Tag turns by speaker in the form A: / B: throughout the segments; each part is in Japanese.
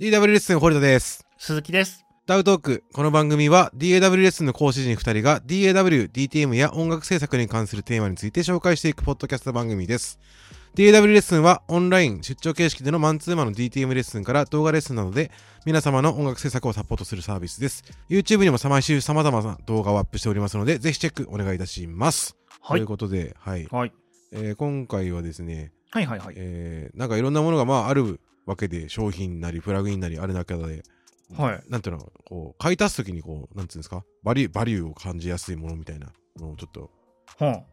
A: DW レッスン堀田です。
B: 鈴木です。
A: ダウトーク。この番組は DAW レッスンの講師陣2人が DAW、DTM や音楽制作に関するテーマについて紹介していくポッドキャスト番組です。DAW レッスンはオンライン出張形式でのマンツーマンの DTM レッスンから動画レッスンなどで皆様の音楽制作をサポートするサービスです。YouTube にも毎週様々な動画をアップしておりますので、ぜひチェックお願いいたします。
B: は
A: とい。
B: いう
A: ことで、はい。
B: はい。
A: えー今回はですね、
B: はいはいはい。
A: えーなんかいろんなものがまああるわけで商品なりプラグインなりある中で、
B: はい
A: なんていうのこう買い足す時にこうなんていうんですかバリューバリューを感じやすいものみたいなのをちょっと
B: ほん。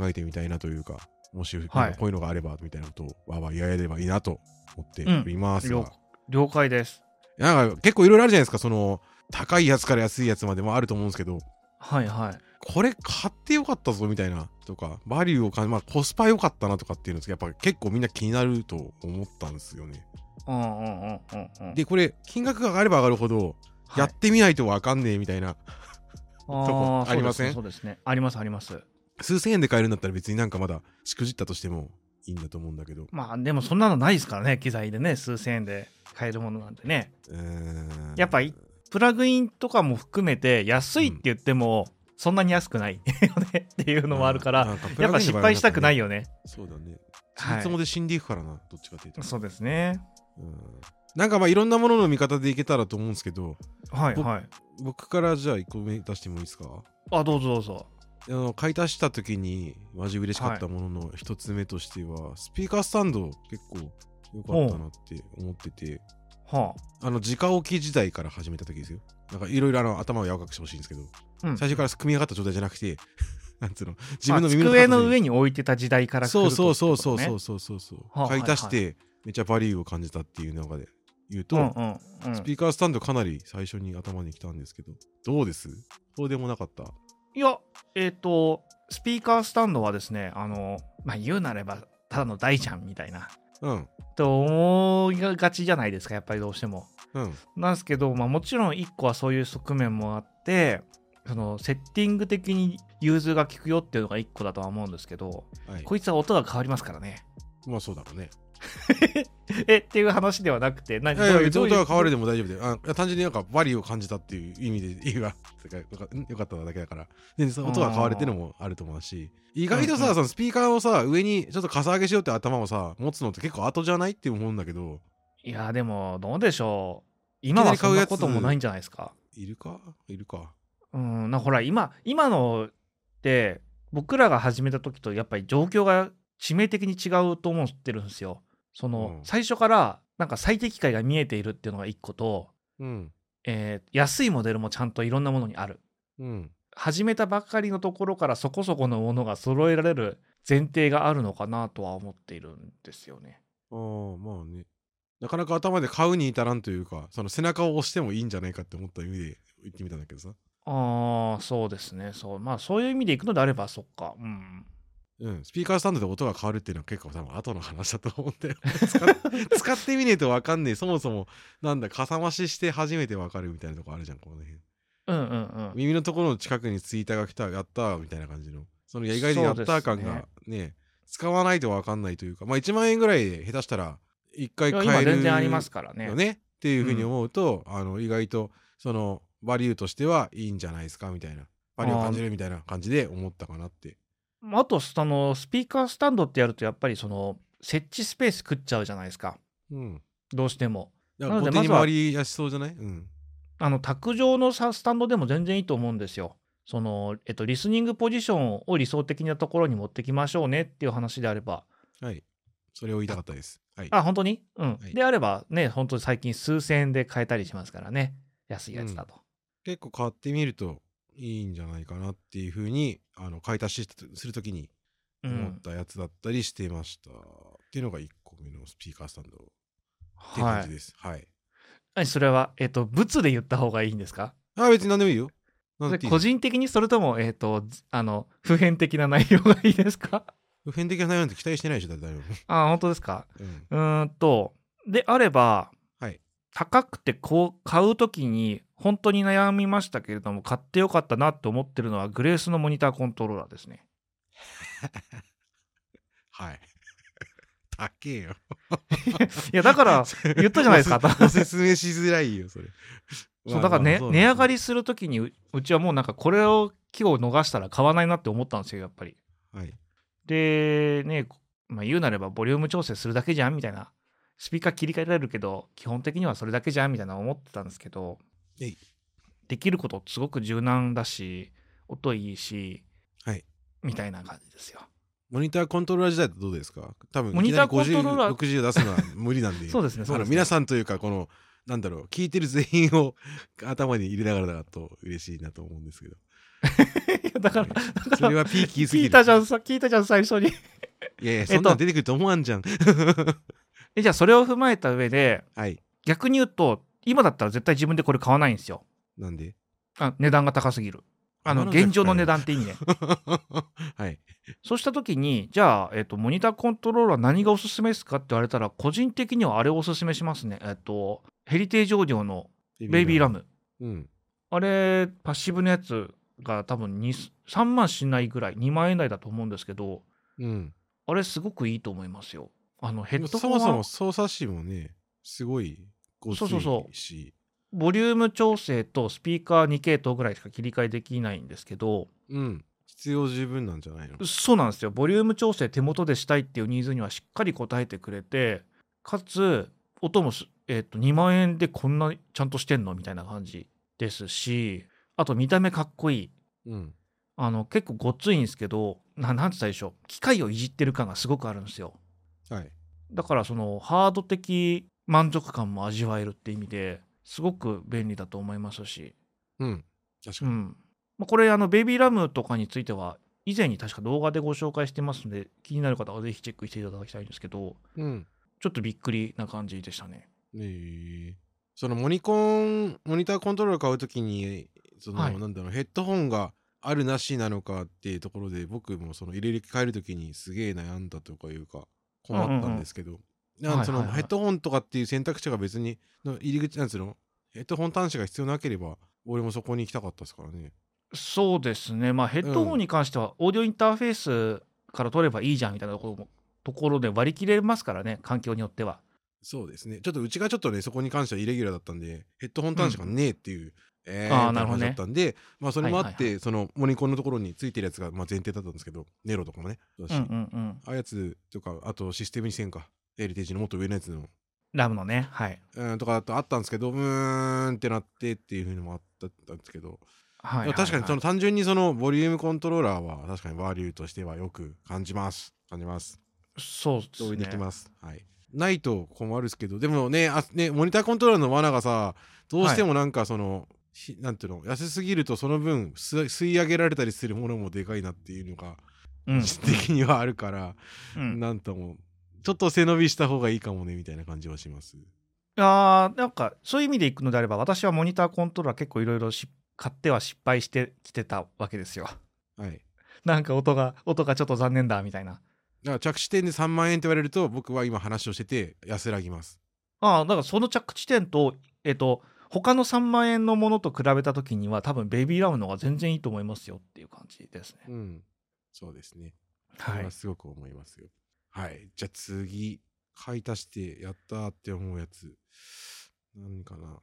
A: 考えてみたいなというかもし、
B: はい
A: なんかこういうのがあればみたいなことをわーわーやれればいいなと思っておりますが、
B: 了了解です。
A: なんか結構いろいろあるじゃないですかその高いやつから安いやつまでもあると思うんですけど
B: はいはい。
A: これ買ってよかったぞみたいなとかバリューを感じ、まあ、コスパ良かったなとかっていうのってやっぱ結構みんな気になると思ったんですよね。
B: うんうんうんうんうん。
A: でこれ金額が上がれば上がるほど
B: はい、
A: やってみないとわかんねえみたいな、こ
B: あー
A: ありません
B: そうですねそうですね。ありますあります。
A: 数千円で買えるんだったら別になんかまだしくじったとしてもいいんだと思うんだけど
B: まあでもそんなのないですからね、機材でね、数千円で買えるものなんてね。
A: うーん
B: やっぱいプラグインとかも含めて、安いって言っても、そんなに安くないよねっていうのもあるから、やっぱ失敗したくない
A: よ
B: よね。
A: そうだねつ
B: は
A: もつも
B: い。
A: で死んでいくからな、どっちかっていうと
B: そうですね。
A: うんなんかまあいろんなものの見方でいけたらと思うんですけど
B: はいはい。
A: 僕からじゃあ1個目出してもいいですか
B: あ、どうぞどうぞ。
A: あの買い足した時にマジ嬉しかったものの一つ目としては、スピーカースタンド結構良かったなって思ってて、
B: は
A: あの直置き時代から始めた時ですよ。なんかいろいろあの頭を柔らかくしてほしいんですけど、
B: あ。うん。
A: 最初から組み上がった状態じゃなくて、 なんつうの、自
B: まあ
A: 分の耳の
B: 机の
A: に
B: 上に置いてた時代から来
A: そ
B: る
A: うそうそう
B: ってこ
A: そ
B: と
A: う
B: ね
A: そうそうそうそう、
B: はあ
A: 買い足してめっちゃバリューを感じたっていうのがで言うと、
B: うんうんうん
A: スピーカースタンドかなり最初に頭に来たんですけど、どうですそうでもなかった。
B: いやえっ、とスピーカースタンドはですねあのまあ言うなればただの大ちゃんみたいな
A: うん
B: と思いがちじゃないですかやっぱりどうしても
A: うん
B: なんですけど、まあ、もちろん一個はそういう側面もあってそのセッティング的に融通が効くよっていうのが一個だとは思うんですけど
A: はい。
B: こいつは音が変わりますからね
A: まあそうだろうね。
B: えっていう話ではなくて何
A: いやいや別
B: ど
A: に
B: ういう
A: 音が変わるでも大丈夫で、あいや単純になんかバリューを感じたっていう意味で言えばてかよかよかっただけだから、でその音が変わるっていうのもあると思うし、意外と
B: うんう
A: さ、
B: ん
A: そのスピーカーをさ、上にちょっとかさ上げしようって頭をさ、持つのって結構後じゃないって思うんだけど、
B: いやでもどうでしょう今はそんなこともないんじゃないですか
A: いるかいるか。
B: うん、なほら今今のって僕らが始めた時とやっぱり状況が致命的に違うと思ってるんですよ。その、
A: うん
B: 最初からなんか最適解が見えているっていうのが一個と、
A: うん。
B: えー安いモデルもちゃんといろんなものにある。
A: うん。
B: 始めたばかりのところからそこそこのものが揃えられる前提があるのかなとは思っているんですよね。
A: ああ、まあね。なかなか頭で買うに至らんというか、その背中を押してもいいんじゃないかって思った意味で言ってみたんだけどさ。
B: ああそうですねそうまあそういう意味でいくのであればそっかうん
A: うん、スピーカースタンドで音が変わるっていうのは結構多分後の話だと思うんだよ使 っ使ってみねえと分かんねえそもそもなんだかさ増しして初めて分かるみたいなとこあるじゃんこの辺
B: うんうんうん
A: 耳のところの近くにツイーターが来たやったーみたいな感じのその意外とやったー感がね使わないと分かんないというかまあ1万円ぐらいで下手したら1回
B: いや
A: 買え
B: 今
A: る
B: 全然ありますからね
A: よねっていうふうに思うと、あの意外とそのバリューとしてはいいんじゃないですかみたいなバリューを感じるみたいな感じで思ったかなって
B: まああとそのスピーカースタンドってやるとやっぱりその設置スペース食っちゃうじゃないですか
A: うん
B: どうしても
A: だから
B: なの
A: 後
B: で
A: 手に
B: まずは
A: 回りやしそうじゃないうん
B: あの卓上のさスタンドでも全然いいと思うんですよその、えっと、リスニングポジションを理想的なところに持ってきましょうねっていう話であれば
A: はい。それを言いたかったです。はい。
B: あ本当にうん、
A: はい
B: であればね本当に最近数千円で買えたりしますからね安いやつだと、
A: 結構買ってみるといいんじゃないかなっていうふうに、あの、買い足しするときに
B: うん
A: 思ったやつだったりしてました。っていうのが1個目のスピーカースタンドって
B: は
A: 感じ
B: い
A: です。はい。
B: あそれはえっと物で言った方がいいんですか
A: あ、別に何でもいいよ。なん
B: そ
A: て言う
B: れ個
A: の
B: 人的にそれともえっとずあの普遍的な内容がいいですか
A: 普遍的な内容なんて期待してないでしょ、誰も。
B: あ本当ですか
A: うん。
B: うーんとであれば、
A: はい
B: 高くてこう買う時に本当に悩みましたけれども買ってよかったなと思ってるのはグレースのモニターコントローラーですね
A: はい。 高えよ。
B: いやだ から言ったじゃないですか
A: ごご説明しづらいよ、それ。
B: そうだから、ね
A: まあまあ
B: 値上が。りするときにううちはもうなんかこれを機を逃したら買わないなって思ったんですよやっぱり。
A: そうなんです
B: でね、まあ、言うなればボリューム調整するだけじゃんみたいなスピーカー切り替えられるけど基本的にはそれだけじゃんみたいな思ってたんですけど
A: えい
B: できることすごく柔軟だし音いいし、
A: はい
B: みたいな感じですよ。
A: モニターコントローラー時代ってどうですか多分
B: モニターコントローラー
A: いきなり50 60出すのは無理なんで
B: そうですねそう
A: だから
B: ですね
A: 皆さんというかこのなんだろう聞いてる全員を頭に入れながらだと嬉しいなと思うんです けど
B: いや だからだから
A: それはピーキーすぎ
B: 聞
A: る
B: いたじゃんさ聞いたじゃん最初に。
A: いやいやそんなん出てくると思わんじゃん、
B: でじゃあそれを踏まえた上で
A: はい
B: 逆に言うと今だったら絶対自分でこれ買わないんですよ。
A: なんで
B: あ値段が高すぎる。あ
A: な
B: の
A: んで
B: 現状の値段って意味ね。
A: はい
B: そうした時にじゃあ、えっとモニターコントローラー何がおすすめですかって言われたら個人的にはあれをおすすめしますね。えっとヘリテージオーディオのベイビーラム。
A: うん
B: あれパッシブのやつが多分2 3万しないぐらい2万円台だと思うんですけど
A: うん
B: あれすごくいいと思いますよ。あのヘッド
A: そ
B: ホンは
A: もそも操作詞もねすごいごついし
B: そうそうボリューム調整とスピーカー2系統ぐらいしか切り替えできないんですけど
A: うん必要十分なんじゃないの
B: そうなんですよボリューム調整手元でしたいっていうニーズにはしっかり応えてくれてかつ音もす、えっと2万円でこんなちゃんとしてんのみたいな感じですしあと見た目かっこいい
A: うん
B: あの結構ごっついんですけどななんて言ったらいいでしょう機械をいじってる感がすごくあるんですよ
A: はい
B: だからそのハード的満足感も味わえるって意味ですごく便利だと思いますし
A: うん確か
B: う
A: に、
B: んまあ、これあのベイビーラムとかについては以前に確か動画でご紹介してますので気になる方はぜひチェックしていただきたいんですけど
A: うん
B: ちょっとびっくりな感じでしたね
A: ねえそのモニコンモニターコントローラー買うときにその、
B: はい
A: なんだろうヘッドホンがあるなしなのかっていうところで僕もその入れ替えるときにすげえ悩んだとかいうか困ったんですけど、なん
B: はい
A: その
B: はいはい
A: ヘッドホンとかっていう選択肢が別にの入り口なんつうのヘッドホン端子が必要なければ俺もそこに行きたかったですからね
B: そうですねまあヘッドホンに関してはオーディオインターフェースから取ればいいじゃんみたいなところもところで割り切れますからね環境によっては
A: そうですねちょっとうちがちょっとねそこに関してはイレギュラーだったんでヘッドホン端子がねえっていう、えーみ
B: あー
A: たいな話
B: な
A: だ
B: る
A: っ
B: ほど
A: たんで、まあそれもあって、
B: はいはい
A: そのモニコンのところについてるやつがまあ前提だったんですけどネロとかもねだし、
B: うんうんうん
A: ああいうやつとかあとシステムにせんかエリテージのもっと上のやつの
B: ラムのねはい
A: うんとかだとあったんですけどうーんってなってっていうふうにもあったんですけど、
B: はい
A: でも確かにその単純にそのボリュームコントローラーは確かにバリューとしてはよく感じます感じます
B: そうです
A: 同意でき
B: ね
A: ます。はい。ないと困るですけど、でもね、あねモニターコントローラーの罠がさ、どうしてもなんかその、ひなんていうの、安すぎるとその分す吸い上げられたりするものもでかいなっていうのが、
B: うん
A: 実的にはあるから、
B: うん
A: なんとも、ちょっと背伸びした方がいいかもねみたいな感じはします。
B: あーなんかそういう意味でいくのであれば私はモニターコントローラー結構いろいろし買っては失敗してきてたわけですよ
A: はい。
B: なんか音が音がちょっと残念だみたいな
A: だから着地点で3万円って言われると、僕は今話をしてて安らぎます。
B: ああだからその着地点とえっ、と他の3万円のものと比べた時には多分ベイビーラムの方が全然いいと思いますよっていう感じですね
A: うん。そうですね。そ
B: は
A: れ
B: い
A: はすごく思いますよ。はい。じゃあ次、買い足してやったーって思うやつ。何かな。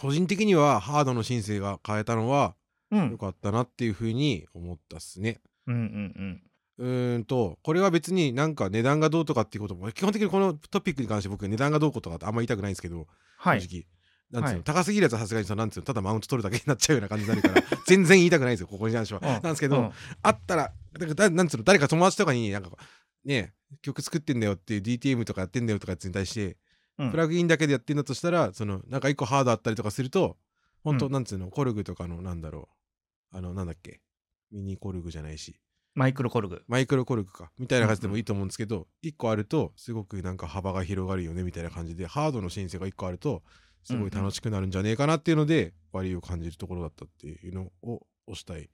A: 個人的にはハードの申請が変えたのは
B: うん
A: 良かったなっていうふうに思ったっすね。
B: うんうん
A: うーんと、これは別になんか値段がどうとかっていうことも、基本的にこのトピックに関して僕値段がどうこうとかってあんま言いたくないんですけど、
B: はい
A: 正直。なんつうの
B: はい
A: 高すぎるやつはさすがにそのなんつうのただマウント取るだけになっちゃうような感じになるから全然言いたくないんですよここに関しては。
B: うん
A: なんですけど、
B: うん
A: あったら、だだなんつうの、誰か友達とかに、なんかこう、ねえ、曲作ってんだよっていう DTM とかやってんだよとかやつに対して、
B: うん
A: プラグインだけでやってんだとしたら、その、なんか一個ハードあったりとかすると、ほんと、
B: うん
A: なんつうの、コルグとかの、なんだろう、あの、なんだっけ、ミニコルグじゃないし、
B: マイクロコルグ
A: マイクロコルグか、みたいな感じでもいいと思うんですけど、一個あると、すごくなんか幅が広がるよね、みたいな感じで、ハードの申請が一個あると、すごい楽しくなるんじゃねえかなっていうので、割りを感じるところだったっていうのを押したい。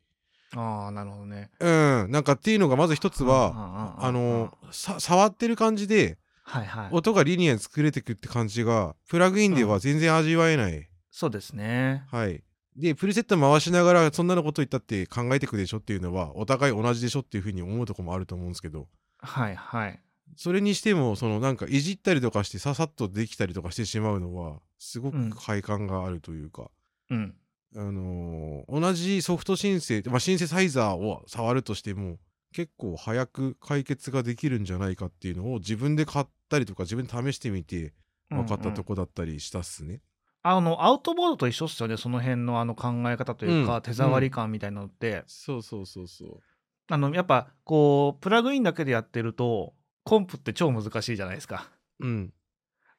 B: ああなるほどね
A: うん、なんかっていうのがまず一つは、
B: は
A: あのさ触ってる感じで
B: はいはい
A: 音がリニアに作れてくって感じがプラグインでは全然味わえない、
B: そうですね
A: はいでプリセット回しながらそんなのこと言ったって考えてくでしょっていうのはお互い同じでしょっていうふうに思うとこもあると思うんですけど
B: はいはい
A: それにしてもそのなんかいじったりとかしてささっとできたりとかしてしまうのはすご
B: うん
A: く快感があるというか、
B: うん
A: あのー同じソフトシンセ、まあ、シンセサイザーを触るとしても結構早く解決ができるんじゃないかっていうのを自分で買ったりとか自分で試してみて分かっ
B: うんう
A: た
B: ん
A: とこだったりしたっすね。
B: あのアウトボードと一緒っすよねその辺のあの考え方というか、
A: うん
B: 手触り感みたいなのって、
A: そうそうそうそう。
B: あのやっぱこうプラグインだけでやってるとコンプって超難しいじゃないですか
A: うん。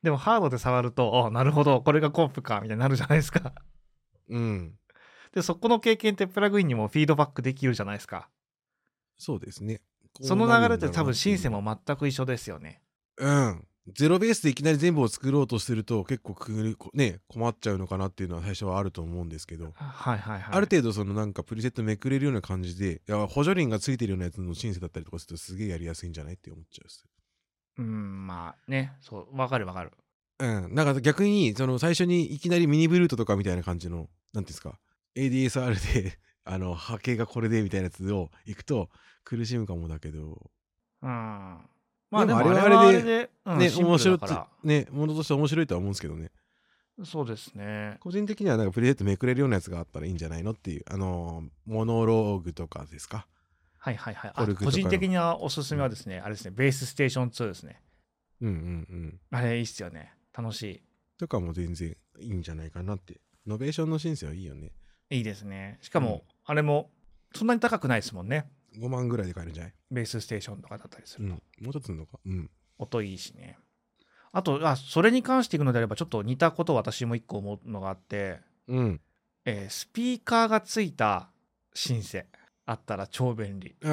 B: でもハードで触るとあなるほどこれがコンプかみたいになるじゃないですか
A: うん。
B: でそこの経験ってプラグインにもフィードバックできるじゃないですか
A: そうですね。
B: その流れって多分シンセ
A: も
B: も全く一緒ですよね
A: うん。ゼロベースでいきなり全部を作ろうとすると結構くぐるこね困っちゃうのかなっていうのは最初はあると思うんですけど、
B: はいはいはい
A: ある程度そのなんかプリセットめくれるような感じでいや補助輪がついてるようなやつのシンセだったりとかするとすげえやりやすいんじゃないって思っちゃうっす。
B: うんまあねそうわかるわかる
A: うん。なんか逆にその最初にいきなりミニブルートとかみたいな感じのなんていうんですか ADSR で あの波形がこれでみたいなやつをいくと苦しむかもだけど、
B: うんまあ
A: で
B: でも
A: も
B: あれ
A: あれ
B: は
A: は
B: あ
A: あ
B: れ
A: れ
B: で、うん
A: ね
B: シンプ
A: 面
B: ル
A: 白
B: だ
A: い
B: か
A: ねものとして面白いとは思うんですけどね。
B: らそうですね
A: 個人的にはなんかプレゼントめくれるようなやつがあったらいいんじゃないのっていうあのーモノローグとかですか
B: はいはいはい
A: コ
B: あ
A: ルクと
B: 個
A: かの
B: 人的にはおすすめはですね、あれですねベースステーション2ですね
A: うんうんうん
B: あれいいっすよね楽し
A: とかも全然いいんじゃないかなってノベーションの申請はいいよね
B: いいいですねしかも、あれもそんなに高くないですもんね
A: 5万ぐらいで買えるんじゃない
B: ベースステーションとかだったりす
A: う
B: る
A: ん
B: と、
A: もうちょっとすんのかうん
B: 音いいしねあとあそれに関していくのであればちょっと似たことを私も一個思うのがあって、
A: うん
B: えースピーカーがついたシンセあったら超便利
A: あー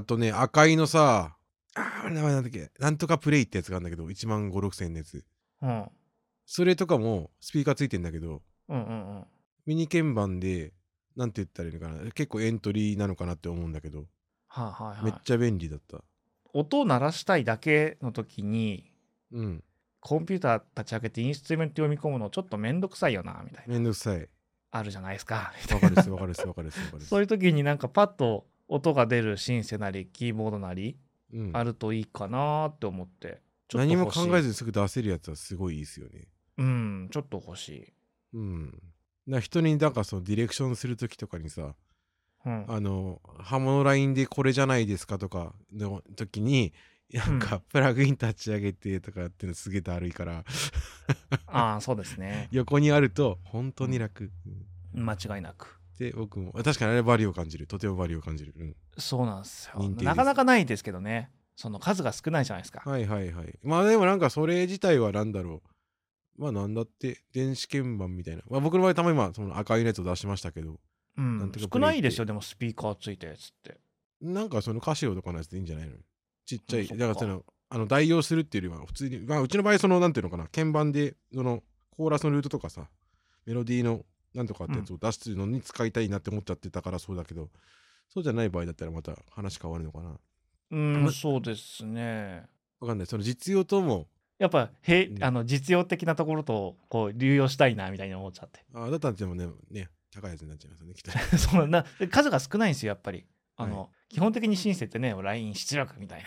A: あとね赤いのさあーあれ名前なんだっけなんとかプレイってやつがあるんだけど1万5 6千円のやつ
B: うん
A: それとかもスピーカーついてんだけど
B: うんうんうん
A: ミニ鍵盤でなんて言ったらいいのかな結構エントリーなのかなって思うんだけど
B: はいはいは
A: めっ
B: い
A: ちゃ便利だった
B: 音を鳴らしたいだけの時に
A: うん
B: コンピューター立ち上げてインストゥルメント読み込むのちょっとめんどくさいよなみたいな
A: めんどくさい
B: あるじゃないですかみたい
A: わかるっすわかるっすわかるっすわかるっ
B: な
A: す
B: そういう時になんかパッと音が出るシンセなりキーボードなり
A: うん
B: あるといいかなって思ってちょっと
A: 何も
B: 欲しい
A: 考えずにすぐ出せるやつはすごいいいっすよね
B: うんちょっと欲しい、
A: うんな人になんかそのディレクションする時とかにさ
B: うん、
A: あのハモのラインでこれじゃないですかとかの時になんかプラグイン立ち上げてとかやってるのすげえだるいから
B: ああそうですね
A: 横にあると本当に楽、うん
B: 間違いなく
A: で僕も確かにあれバリを感じるとてもバリを感じる、うん
B: そうなんですよ
A: 認定です
B: なかなかないですけどねその数が少ないじゃないですか、
A: はいはいはいまあでもなんかそれ自体は何だろうまあなんだって電子鍵盤みたいな、まあ、僕の場合たまに今その赤いのやつを出しましたけど
B: う
A: なん
B: ん
A: ていうか
B: 少ないですよでもスピーカーついたやつって
A: なんかそのカシオとかのやつでいいんじゃないのちっちゃ
B: うん
A: い、
B: そっか
A: だからその、あの代用するっていうよりは、普通に、まあうちの場合、その、なんていうのかな、鍵盤で、その、コーラスのルートとかさ、メロディーの、なんとかってやつを出すのに使いたいなって思っちゃってたからそうだけど、そうじゃない場合だったらまた話変わるのかな。
B: うん、
A: ま
B: そうですね
A: わかんない。その実用とも、
B: やっぱへ、
A: うん
B: あの実用的なところとこう流用したいなみたいに思っちゃって
A: ああ、だったらでもね、ね、高いやつになっちゃいますよね、きっ と。
B: そうなで数が少ないんですよやっぱりあの、
A: は
B: 基本的にシンセってねライン出力みたい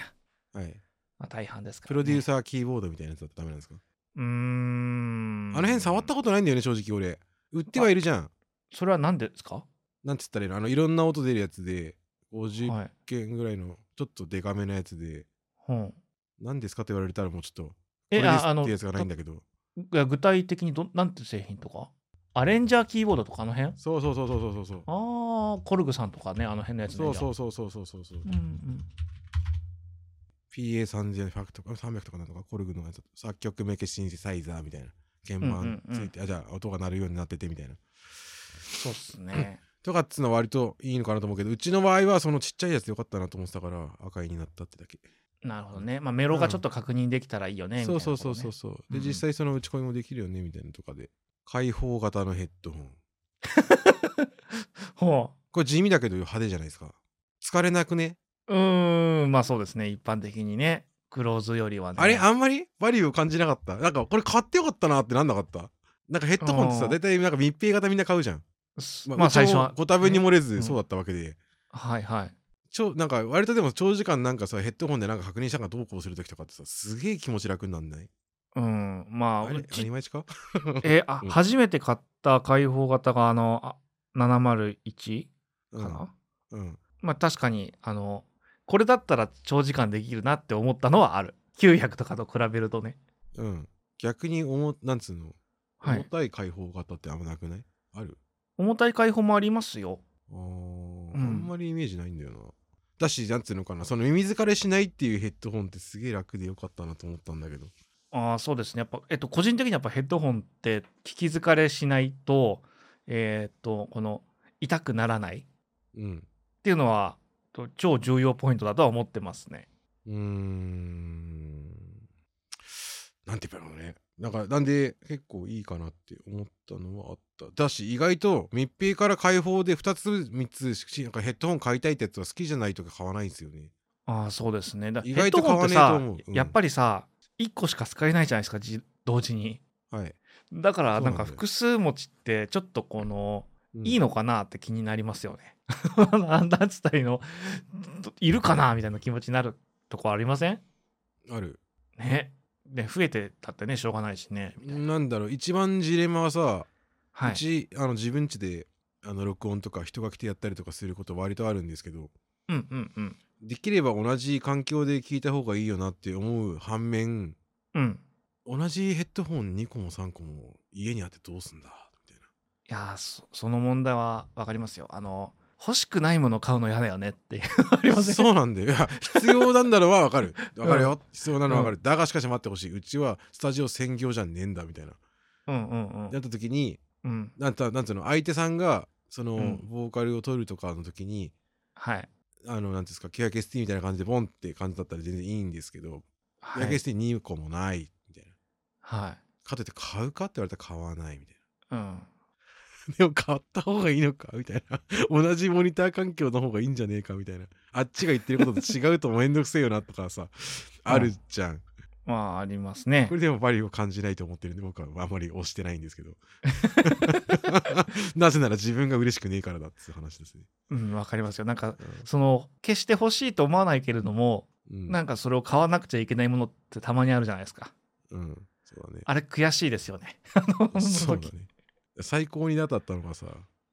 B: な、
A: はい。
B: まあ、大半ですから、ね、
A: プロデュー
B: ー
A: サーキーボードみたいなやつだとダメなんですか、
B: うーん
A: あの辺触ったことないんだよね、正直俺。売ってはいるじゃん。
B: それは何でですか
A: なんつったらいいのあの、いろんな音出るやつで、50
B: はい、
A: 件ぐらいのちょっとデカめなやつで
B: うん、
A: 何ですかって言われたらもうちょっとこれ
B: え
A: です
B: ああ
A: っ
B: の
A: てやつがないんだけど
B: いや具体的にどなんて製品とかアレンジャーキーボードとかあの辺あ
A: そうそうそうそうそうそうそう
B: あーコルグさんとかねあの辺のやつね
A: そうそううそうそうそうそうそう
B: うんうん
A: PA3000 ファクとか300とかなんとかコルグのやつ作曲メケシンセサイザーみたいな鍵盤ついて、あじゃあ音が鳴るようになっててみたいな
B: そうっす ね
A: とかっつうのは割といいのかなと思うけどうちの場合はそのちっちゃいやつでよかったなと思ってたから赤いになったってだけ、
B: なるほどね、まあ、メロがちょっと確認できたらいいよね、みたい
A: そう
B: な
A: そう
B: こと
A: そ
B: ね
A: うそうそう
B: う
A: で
B: ん
A: 実際その打ち込みもできるよねみたいなのとかで開放型のヘッドホン
B: ほ
A: これ地味だけど派手じゃないですか疲れなくね
B: ううーんまあそうですね一般的にねクローズよりはね
A: あれあんまりバリューを感じなかったなんかこれ買ってよかったなってなんなかったなんかヘッドホンって
B: あ
A: さ
B: ー
A: 大体なんか密閉型みんな買うじゃん
B: すまあ最初は
A: ご多分に
B: ね
A: 漏れ
B: う
A: ず
B: ん
A: そうだったわけで、
B: はいはい
A: ちょなんか割とでも長時間なんかさヘッドホンでなんか確認しながらどうこうするときとかってさすげえ気持ち楽になんない
B: うん、ま
A: あ
B: あ、
A: れ
B: う
A: アニ
B: ち
A: マイチか
B: えーあ
A: うん
B: 初めて買った開放型があのあ701か
A: うん
B: な、
A: うん
B: まあ確かにあのこれだったら長時間できるなって思ったのはある900とかと比べるとね
A: うん逆に重なんつうの
B: はい
A: 重たい解放型ってあんまなくないある
B: 重たい開放もありますよ
A: あー、
B: うん
A: あんまりイメージないんだよなだしなんつうのかなその耳疲れしないっていうヘッドホンってすげえ楽でよかったなと思ったんだけど
B: ああそうですねやっぱ、えっと、個人的にやっぱヘッドホンって聞き疲れしないとえーっとこの痛くならないっ
A: うん
B: ていうのはと超重要ポイントだとは思ってますね
A: うーんなんて言えばいいのかねなんかなんで結構いいかなって思ったのはあっただし意外と密閉から解放で2つ3つしなんかヘッドホン買いたいってやつは好きじゃないとか買わないんですよね
B: ああそうですねだ
A: 意
B: ヘ
A: 外
B: ッ
A: と
B: ド
A: 買
B: ホンっ
A: わねえ
B: て
A: と
B: さ
A: 思ううん
B: やっぱりさ1個しか使えないじゃないですかじ同時に
A: はい、
B: だから
A: そうな
B: なんか
A: んだよ
B: 複数持ちってちょっとこの
A: うん
B: いいのかなって気になりますよね。 なんだっつったりのいるかなみたいな気持ちになるとこありません
A: ある
B: ね。ね増えてたってねしょうがないしね。
A: なんだろう一番ジレマはさ、。
B: はいう
A: ちあの自分家であの録音とか人が来てやったりとかすること割とあるんですけど
B: うんうんうん。
A: できれば同じ環境で聞いた方がいいよなって思う反面
B: うん。
A: 同じヘッドホン2個も3個も家にあってどうすんだみたい
B: いやーそその問題はわかりますよ。あの欲しくないもの買う の嫌だよねってあり
A: な
B: ません
A: そうなんだよいや必要なんだろうは分か る
B: ん
A: 分かるよ、必要なのは分かる、だがしかし待ってほしいうちはスタジオ専業じゃねえんだみたいな
B: うんうん
A: なん
B: う。
A: った時に
B: うん。
A: なんたなんつうの相手さんがその、
B: うん
A: ボーカルを取るとかの時に
B: はい。
A: あの、なんていうんですか、900ST みたいな感じでボンって感じだったら全然いいんですけど、
B: はい
A: 900ST2 個もない、みたいな。
B: はい。
A: かといって買うかって言われたら買わない、みたい
B: うん。
A: な。でも買った方がいいのかみたいな。 同じモニター環境の方がいいんじゃねえかみたいな。あっちが言ってることと違うとめんどくせえよなとかさ、あるじゃん。
B: まあありますね
A: こ。れでもバリューを感じないと思ってるんで、僕はあまり押してないん ですけど。なぜなら自分が嬉しくねえからだっていう話ですね。
B: うんわかりますよ。なんかその決して欲しいと思わないけれども
A: うん。
B: なんかそれを買わなくちゃいけないものってたまにあるじゃないですか。
A: うん。そうだね。
B: あれ悔しいですよね。あのその時
A: そうだね。最高に嫌だったのがさ、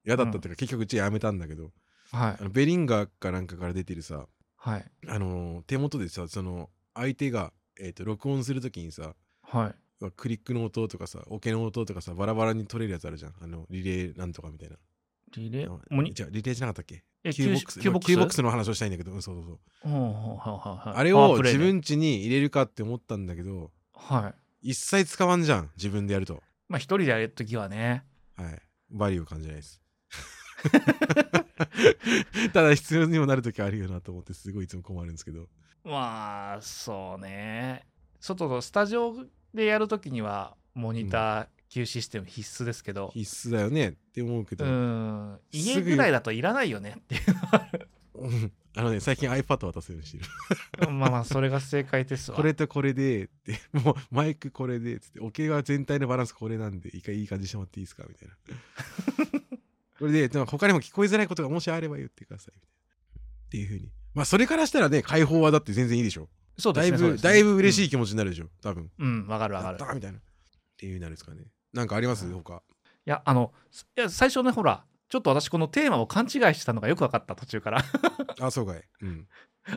A: 嫌だったっていうか、結局うちやめたんだけど、
B: はい
A: あのベリンガーかなんかから出てるさ、
B: はい
A: あのー手元でさ、その相手が、えー、と録音するときにさ、
B: はい
A: クリックの音とかさ、オケの音とかさ、バラバラに取れるやつあるじゃん。あの、リレーなんとかみたいな。
B: リレーモニ
A: じゃリレーじゃなかったっけ
B: え
A: ?Q ボックス。
B: キューボックス
A: キューボックスの話をしたいんだけど、うん、そうそうそう。
B: ほうほうほうほうほう
A: あれ
B: パワー
A: を
B: プレイ
A: 自
B: ね
A: 分家に入れるかって思ったんだけど、
B: はい
A: 一切使わんじゃん、自分でやると。
B: まあ一人でやるときはね
A: はい。バリューを感じない です。ただ必要にもなるときあるよなと思ってすごいいつも困るんですけど。
B: まあそうね外のスタジオでやるときにはモニター Q システム必須ですけど
A: 必須だよねって思うけ
B: う
A: ど。
B: ん家
A: すぐ
B: ぐらいだといらないよねってい
A: うん あのね、最近 iPad 渡すようにしてる。
B: うまあまあそれが正解ですわ
A: これとこれでって、 もうマイクこれでっつって、おけが全体のバランスこれなんで、一回いい感じにしてもらっていいですかみたいな。 これで、でも他にも聞こえづらいことがもしあれば言ってください。みたいなっていうふうに。まあそれからしたらね、解放はだって全然いいでしょ。
B: そうで
A: だ
B: す
A: い
B: ね
A: ぶ、だいぶ嬉し
B: い
A: い気持ちになるでしょ、多分。
B: うんわかるわか
A: やっ
B: る
A: たーみたいな。っていうなるんですかね。なんかあります
B: うん
A: 他。
B: いや、あの、すいや最初ね、ほら、ちょっと私、このテーマを勘違いしてたのがよく分かった、途中から。
A: あ、そうかい。うん。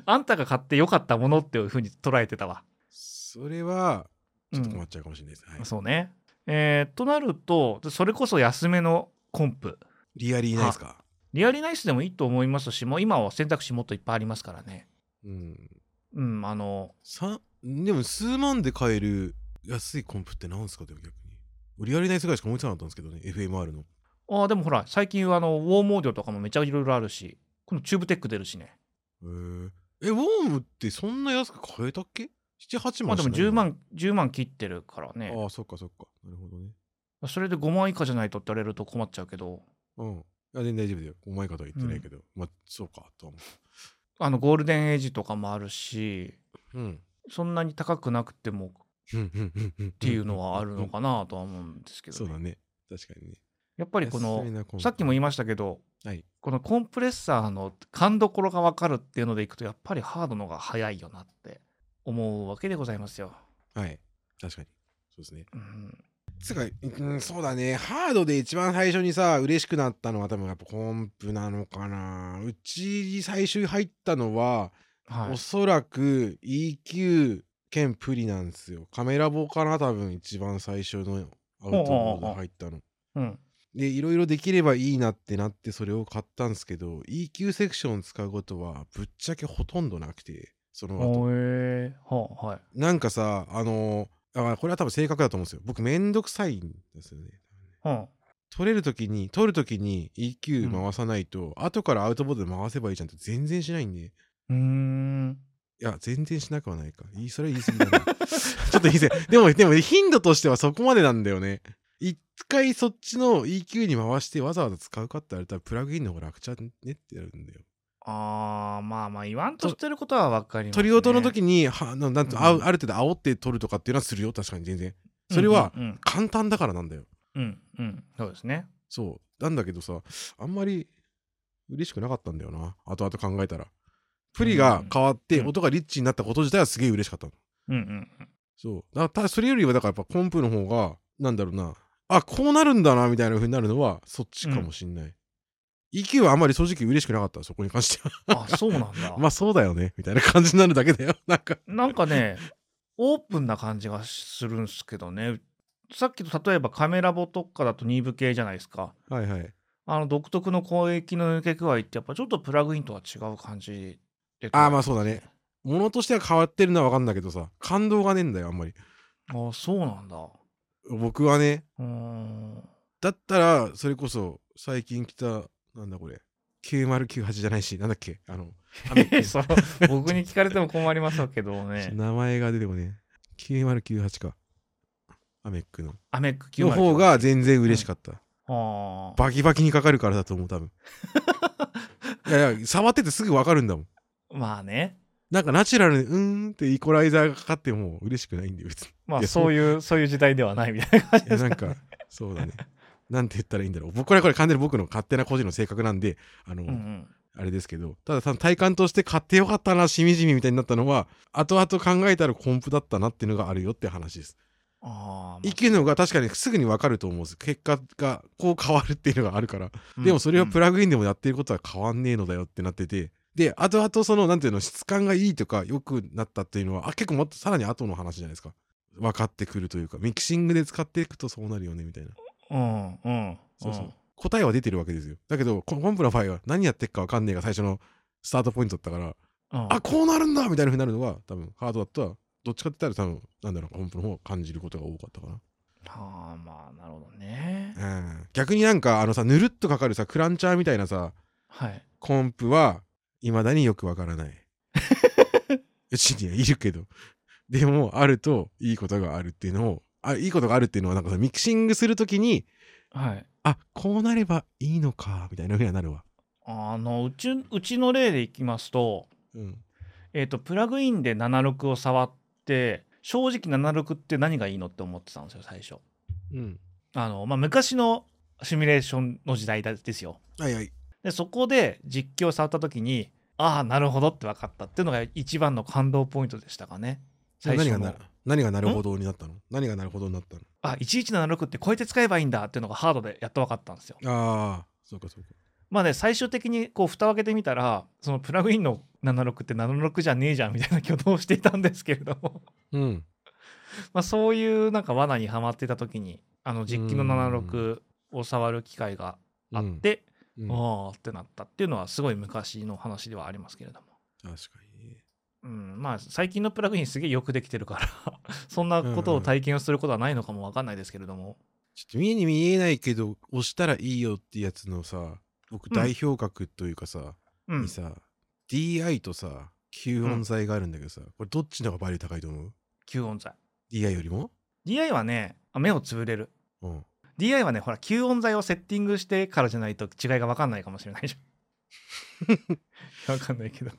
B: あんたが買ってよかったものっていうふうに捉えてたわ。
A: それは、ちょっと
B: うん
A: 困っちゃうかもしれないです。はい、
B: そうね。えーとなると、それこそ安めのコンプ。
A: リアリーないですか
B: リアリナイスでもいいと思いますし、もう今は選択肢もっといっぱいありますからね。
A: うん。
B: うん、あの、
A: さでも数万で買える安いコンプってなんですかでも逆に。リアリーないぐらいしか思いつかなかったんですけどね、FMR の。
B: あーでもほら、最近はあの、ウォーモードとかもめちゃいろいろあるし、このチューブテック出るしね。
A: へーえ、ウォームってそんな安く買えたっけ ?7、8
B: まあ
A: 万
B: で
A: しな
B: も
A: い
B: 10。万、10万切ってるからね。
A: ああ、そっかそっか。なるほどね。
B: それで5万以下じゃないとって言われると困っちゃうけど。
A: うん。あ全然大丈夫だよ。お前方は言ってないけど。まあ、そうか、とは思
B: あのゴールデンエイジとかもあるし
A: う。うん。
B: そんなに高くなくてもっ
A: って
B: いうのはあるのかなとは思うんですけど、
A: そうだね。確かにね。
B: やっぱりこのさっき
A: も
B: も言いましたけど、
A: はい
B: このコンプレッサーの勘どころが分かるっていうのでいくとやっぱりハードのが早いよなって思うわけでございますよ。
A: はい確かにそうですね
B: うん、
A: つうか、うん、そうだねハードで一番最初にさ嬉しくなったのは多分やっぱコンプなのかなうち最終入ったのは、
B: はい
A: お、そらく EQ 兼プリなんですよカメラボかな多分一番最初のアウトローで入ったの
B: うん、
A: でいろいろできればいいなってなってそれを買ったんですけど EQ セクション使うことはぶっちゃけほとんどなくてその後
B: おえー、はあ、はい。
A: なんかさあのあこれは多分性格だと思うんですよ僕めんどくさいんですよね
B: うん、
A: 撮れる時に撮る時に
B: う
A: EQ
B: ん
A: 回さないと、後からアウトボードで回せばいいじゃんって全然しないんで
B: うーん
A: いや全然しなくはないかいいそれは言い過ぎだ なちょっと言い過ぎでもでも頻度としてはそこまでなんだよね一回そっちの EQ に回してわざわざ使うかって言われたらプラグインの方が楽ちゃんねってやるんだよ
B: あーまあまあ言わんとしてることは分かります、ね。
A: 撮り音の時にはあのなんとあ
B: う
A: うんある程度煽って撮るとかっていうのはするよ確かに全然それは
B: うん
A: 簡単だからなんだよ
B: うん、うんうんそうですね。
A: そうなんだけどさあんまり嬉しくなかったんだよな後々考えたらプリが変わって
B: うん
A: 音がリッチになったこと自体はすげえ嬉しかったの
B: うんうん
A: そうだただそれよりはだからやっぱコンプの方がなんだろうなあこうなるんだなみたいな風になるのはそっちかもしんない、EQ はあんまり正直嬉しくなかったそこに関しては
B: あそうなんだ。
A: まあそうだよねみたいな感じになるだけだよ なんか
B: なんかね、オープンな感じがするんですけどね、さっきと例えばカメラボとかだと2部系じゃないですか。
A: はいはい
B: あの独特の攻撃の抜け具合ってやっぱちょっとプラグインとは違う感じで。
A: あーまあそうだね。ものとしては変わってるのは分かんないけどさ感動がねえんだよあんまり
B: ああ、そうなんだ。う
A: 僕はね
B: ーん。
A: だったらそれこそ最近来たなんだこれ9098じゃないしなんだっけあのあの
B: その僕に聞かれても困りますけどね。
A: 名前が出てこね9098かアメックの
B: アメック9
A: の方が全然嬉しかった、
B: ああ。
A: バキバキにかかるからだと思う多 分いやいや触っててすぐ分かるんだもん
B: まあね。
A: なんかナチュラルにうーんってイコライザーがかかっても嬉しくないんだよ別に
B: ま
A: い
B: あ
A: や
B: そういう、そういう時代ではないみたいな感じ
A: いや
B: です
A: なんかそうだねなんて言ったらいいんだろう僕これこれ完全に僕の勝手な個人の性格なんであの、
B: うんうん。
A: あれですけどただその体感として買ってよかったなしみじみみたいになったのは後々考えたらコンプだったなっていうのがあるよって話です
B: ああ。
A: 生きるのが確かにすぐに分かると思うんです結果がこう変わるっていうのがあるからでもそれはプ
B: ラ、
A: ラグインでもやってることは変わんねえのだよってなっててで後々そのなんていうの質感がいいとか良くなったっていうのはあ結構もっとさらに後の話じゃないですか分かってくるというかミキシングで使っていくとそうなるよねみたいな
B: うん、うん。
A: そうそう。答えは出てるわけですよだけどココンプの場合は何やってっか分かんねえが最初のスタートポイントだったから
B: うん。
A: あこうなるんだみたいな風になるのは多分ハードだったらどっちかって言ったら多分なんだろうコンプの方を感じることが多かったか
B: ああまあなるほどね。
A: な、うん、逆になんかあのさぬるっとかかるさクランチャーみたいなさ
B: はい。
A: コンプはいまだによくわからない うちにはいるけどでもあるといいことがあるっていうのをあいいことがあるっていうのはなんかさミキシングするときに
B: はい。
A: あこうなればいいのかみたいな風にはなるわ
B: あのうちうちの例でいきますと,、
A: うん
B: えー、とプラグインで76を触って正直76って何がいいのって思ってたんですよ最初
A: うん
B: あの、まあ、昔のシミュレーションの時代だですよ
A: はいはい
B: でそこで実況触った時にああなるほどって分かったっていうのが一番の感動ポイントでしたかね最
A: 何
B: 初
A: が
B: の
A: な何がなるほどになったの何がなるほどになったの
B: あ1176ってこうやって使えばいいんだっていうのがハードでやっと分かったんですよ
A: ああそうかそうか
B: まあね最終的にこう蓋を開けてみたらそのプラグインの76って76じゃねえじゃんみたいな挙動をしていたんですけれども
A: うん
B: まあそういうなんか罠にはまってた時にあの実機の76を触る機会があって、
A: うん
B: あ
A: 確
B: あってなったっていうのはすごい昔の話ではありますけれども、
A: かにね
B: うん、まあ最近のプラグインすげえよくできてるから そんなことを体験をすることはないのかもわかんないですけれども、
A: ちょっと見に見えないけど押したらいいよってやつのさ僕
B: うん
A: 代表格というかさ、
B: うん
A: にさ DI とさ吸音材があるんだけどさ、これどっちの方がバリュー高いと思う
B: 吸音材
A: ?DI よりも
B: DI はねあ目をつぶれる
A: うん
B: DI はねほら吸音材をセッティングしてからじゃないと違いが分かんないかもしれないじ ゃん分かんないけど
A: こ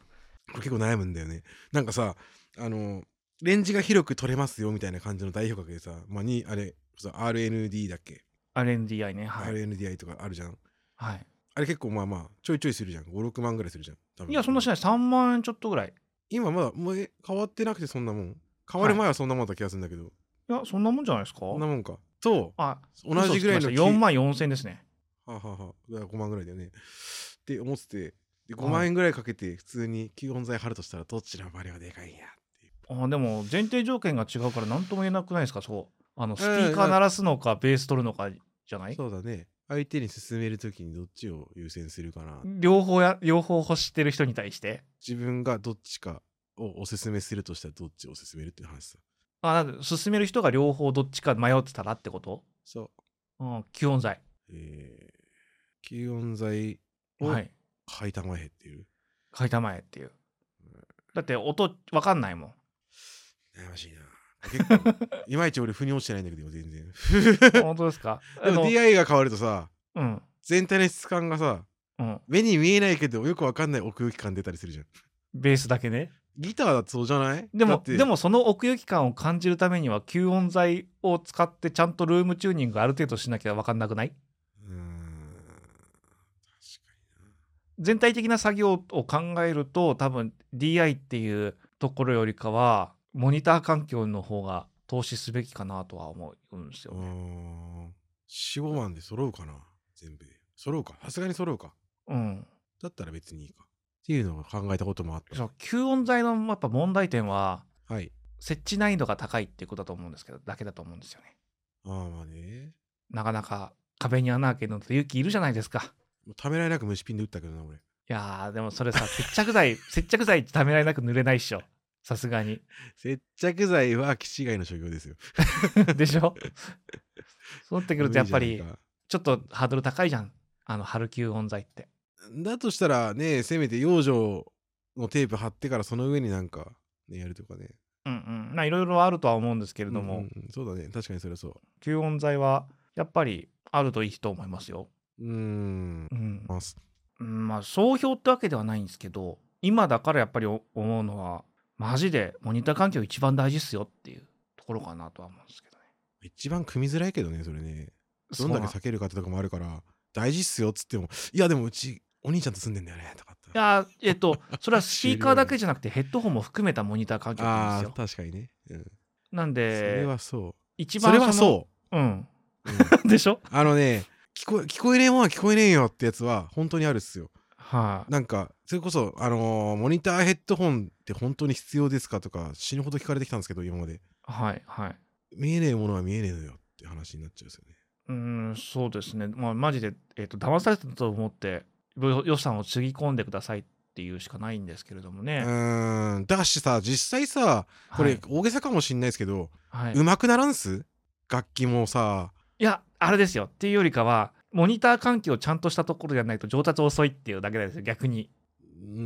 A: れ結構悩むんだよねなんかさあのレンジが広く取れますよみたいな感じの代表格でさまあにあれさ RND だっけ
B: RNDI ねはい、
A: RNDI とかあるじゃん
B: はい、
A: あれ結構まあまあちょいちょいするじゃん56万ぐらいするじゃん多分
B: いやそんなしない3万円ちょっとぐらい
A: 今まだもうえ変わってなくてそんなもん変わる前はそんなもんだった気がするんだけど、
B: いやそんなもんじゃないですか
A: そんなもんかと
B: あ
A: 同じぐらいの
B: 4万4千ですね
A: はあはあはあだから5万ぐらいだよねって思っててで5万円ぐらいかけて普通に基本材貼るとしたらどちらもあれはでかいんやっていう
B: あでも前提条件が違うから何とも言えなくないですかそうあの
A: ん
B: スピーカー鳴らすのかベース取るのかじゃない
A: そうだね相手に進めるときにどっちを優先するかな
B: 両方や両方欲してる人に対して
A: 自分がどっちかをおすすめするとしたらどっちをおすすめるっていう話さ
B: あなんで進める人が両方どっちか迷ってたらってこと
A: そう
B: うん吸音材
A: えー、吸音材を
B: はい
A: 買いたまえっていう、
B: 買いたまえっていうだって音わかんないもん
A: 悩ましいな結構いまいち俺腑に落ちてないんだけど今全然
B: 本当ですか あ
A: でも
B: の
A: DI が変わるとさ
B: うん
A: 全体の質感がさ
B: うん
A: 目に見えないけどよくわかんない奥行き感出たりするじゃん
B: ベースだけね
A: ギターだってそうじゃない
B: で
A: だ
B: も
A: って
B: でもその奥行き感を感じるためには吸音材を使ってちゃんとルームチューニングある程度しなきゃわかんなくないう
A: ーん
B: 全体的な作業を考えると多分 DI っていうところよりかはモニター環境の方が投資すべきかなとは思うんですよ
A: 確かになうー
B: ね。
A: ん45万で揃うかな全部で揃うかさすがに揃うか
B: うん、
A: だったら別にいいかっていうのを考えたこともあった
B: そう吸音材のやっぱ問題点は
A: はい
B: 設置難易度が高いっていうことだと思うんですけどだけだと思うんですよね。
A: ああまあね
B: なかなか壁に穴開けるのって勇気いるじゃないですか。
A: もうためらいなく虫ピンで打ったけどな俺
B: いやーでもそれさ接着 剤接着剤ためられなく塗れないっしょさすがに。
A: 接着剤は騎士外の所業ですよ
B: でしょそうなってくるとやっぱ
A: 無理
B: り
A: じゃないか
B: ちょっとハードル高いじゃんあの春吸音材って。
A: だとしたらねせめて養生のテープ貼ってからその上になんか、ね、やるとかね
B: うんうん、まあいろいろあるとは思うんですけれども、
A: うんうんそうだね確かにそれはそ
B: 吸音材はやっぱりあるといいと思いますよ。
A: ううーん
B: うん
A: まあす
B: うんまあ総評ってわけではないんですけど今だからやっぱり思うのはマジでモニター環境一番大事っすよっていうところかなとは思うんですけどね。
A: 一番組みづらいけどねそれねどんだけ
B: そう
A: 避けるかってとこもあるから大事っすよっつってもいやでもうちお兄ちゃんと住んでんだよねとかって
B: いやえ っとそれはスピーカーだけじゃなくてヘッドホンも含めたモニター環境な
A: ああ
B: んです
A: ー
B: よ。
A: 確かにね、うん
B: なん
A: それ
B: で
A: はそ
B: 一
A: う
B: 番
A: それは
B: の。
A: そう
B: うん、
A: う、うん
B: でしょ
A: あのね聞こえ聞こえねえもんは聞こえねえよってやつは本当にあるっすよ
B: はい、
A: なんかそれこそあのーモニターヘッドホンって本当に必要ですかとか死ぬほど聞かれてきたんですけど今まで
B: はいはい。
A: 見えねえものは見えねえのよって話になっちゃうんですよね
B: うーん、そうですね。まあ、マジで、えっ、と、騙されたと思って、よ予算をつぎ込んでくださいっていうしかないんですけれどもね。
A: うーんだしさ実際さこれ大げさかもしんないですけど、
B: はい、はいう
A: まくならんす楽器もさ
B: いや、あれですよ。っていうよりかは、モニター環境をちゃんとしたところじゃないと上達遅いっていうだけなんですよ、逆に。
A: うー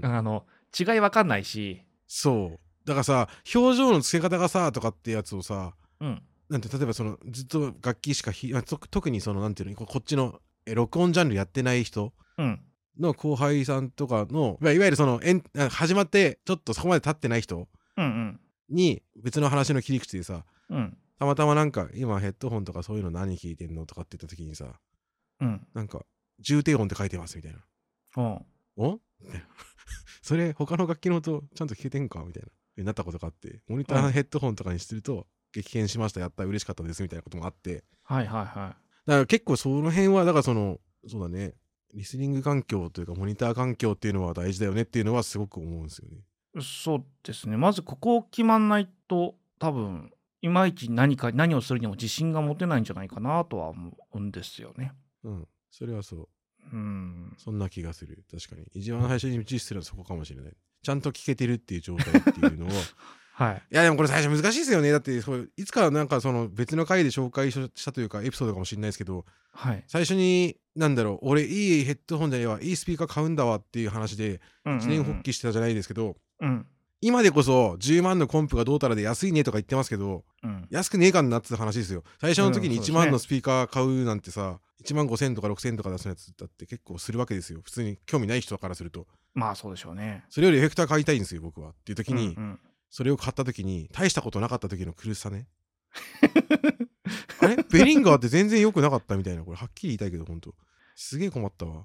A: ん
B: あの、違いわかんないし、
A: そうだからさ表情のつけ方がさとかってやつをさ
B: うん。
A: なんて例えばそのずっと楽器しかひ、まあと特にそのなんていうのここっちのえ録音ジャンルやってない人
B: うん。
A: の後輩さんとかのまあいわゆるそのえんあ始まってちょっとそこまで立ってない人
B: うん
A: に別の話の切り口でさ
B: うん。うん。
A: たまたまなんか今ヘッドホンとかそういうの何聞いてんのとかって言った時にさ
B: うん。
A: なんか重低音って書いてますみたいな
B: うん。
A: おみたいな それ他の楽器の音ちゃんと聞けてんかみたいなえなったことがあってモニターヘッドホンとかにすると激変しましたやった嬉しかったですみたいなこともあって
B: はいはいは
A: だから結構その辺はだからそのそうだねリスニング環境というかモニター環境っていうのは大事だよねっていうのはすごく思うんですよね。
B: い。そうですね。まずここを決まんないと、多分、いまいち何か、何をするにも自信が持てないんじゃないかなとは思うんですよね。
A: うん。それはそう。
B: うん。
A: そんな気がする。確かに。一番最初に実施するのはそこかもしれない。ちゃんと聞けてるっていう状態ってい うのを。い
B: はい。
A: やでもこれ最初難しいですよね。だってそういつかなんかその別の回で紹介したというかエピソードかもしれないですけど、
B: はい。
A: 最初になんだろう俺いいヘッドホンじゃねえわいいスピーカー買うんだわっていう話で
B: うん
A: 一年発起してたじゃないですけど、
B: うん。
A: 今でこそ10万のコンプがどうたらで安いねとか言ってますけど
B: うん。
A: 安くねえかんなっつう話ですよ最初の時に
B: うんそうです
A: 1
B: ね
A: 万のスピーカー買うなんてさ1万5千とか6千とか出すやつだって結構するわけですよ普通に興味ない人からすると
B: まあそうでしょうね。
A: それよりエフェクター買いたいんですよ僕はっていう時に
B: うんうん
A: それを買った時に大したことなかった時の苦しさねあれベリンガーって全然良くなかったみたいな、これはっきり言いたいけど、本当すげえ困ったわ。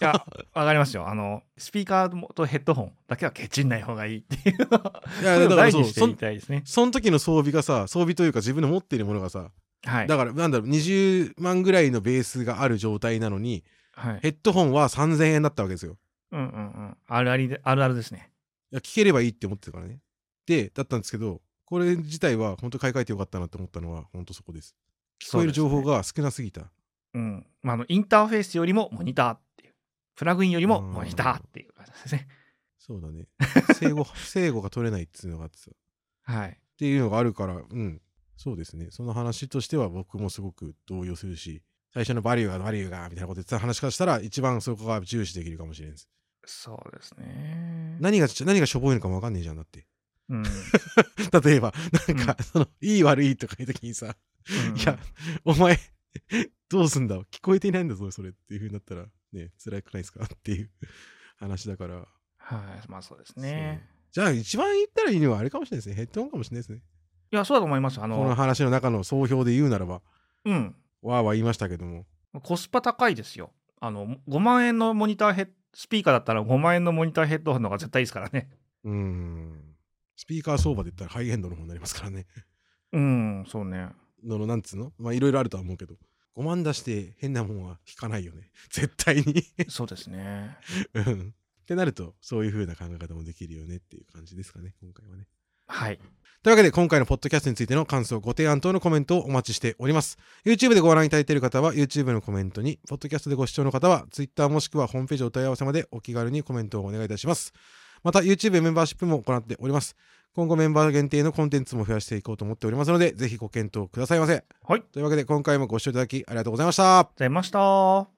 B: いや、 わかりますよ。あの、スピーカーとヘッドホンだけはケチんない方がいいっていうのは、
A: い
B: それを大事にして
A: そ
B: 言い
A: ん
B: たいですね。
A: その時の装備がさ、装備というか自分の持っているものがさ、
B: はい。
A: だからなんだろう、20万ぐらいのベースがある状態なのに、
B: はい、
A: ヘッドホンは3000円だったわけですよ。
B: うんうんうん。あるあるであるあるですね。
A: いや聞ければいいって思ってたからね。で、だったんですけど、これ自体は本当買い替えてよかったなって思ったのは、本当そこです。聞こえる情報
B: そうですね。
A: が少なすぎた。
B: うん。まあ、あの、インターフェースよりもモニターっていう。プラグインよりも
A: うん
B: モニターっていう感じですね。
A: そうだね。正語、正語が取れないっていうのがあってさ。っ
B: はい。
A: ていうのがあるから、うん。そうですね。その話としては僕もすごく動揺するし、最初のバリューがバリューがみたいなこと言ってた話からしたら、一番そこが重視できるかもしれないです。
B: そうですね。
A: 何が、何がしょぼいのかもわかんねえじゃんだって。
B: うん。うん
A: 例えば、なんか、その、いい悪いとかいう時にさ、 いや、お前、どうすんだ聞こえていないんだぞ、それっていう風になったら、ね、辛くないですかっていう話だから。
B: はい。まあ、そうですね。
A: じゃあ、一番言ったらいいのはあれかもしれないですね。ヘッドホンかもしれないですね。
B: いや、そうだと思います。あ
A: この
B: の、
A: 話の中の総評で言うならば、
B: うん。
A: わーわー言いましたけども。
B: コスパ高いですよ。あの、5万円のモニターヘッスピーカーだったら5万円のモニターヘッドホンの方が絶対いいですからね。
A: うーん。スピーカー相場で言ったらハイエンドの方になりますからね。
B: うん、そうね。
A: のの、なんつうのまあ、いろいろあるとは思うけど。5万出して変なもんは引かないよね。絶対に。
B: そうですね。
A: うん。ってなると、そういう風な考え方もできるよねっていう感じですかね、今回はね。
B: はい。
A: というわけで今回のポッドキャストについての感想、ご提案等のコメントをお待ちしております。YouTube でご覧いただいている方は YouTube のコメントに、ポッドキャストでご視聴の方は Twitter もしくはホームページお問い合わせまでお気軽にコメントをお願いいたします。また YouTube メンバーシップも行っております。今後メンバー限定のコンテンツも増やしていこうと思っておりますので、ぜひご検討くださいませ。
B: はい。
A: というわけで今回もご視聴いただきありがとうございました。
B: ございました。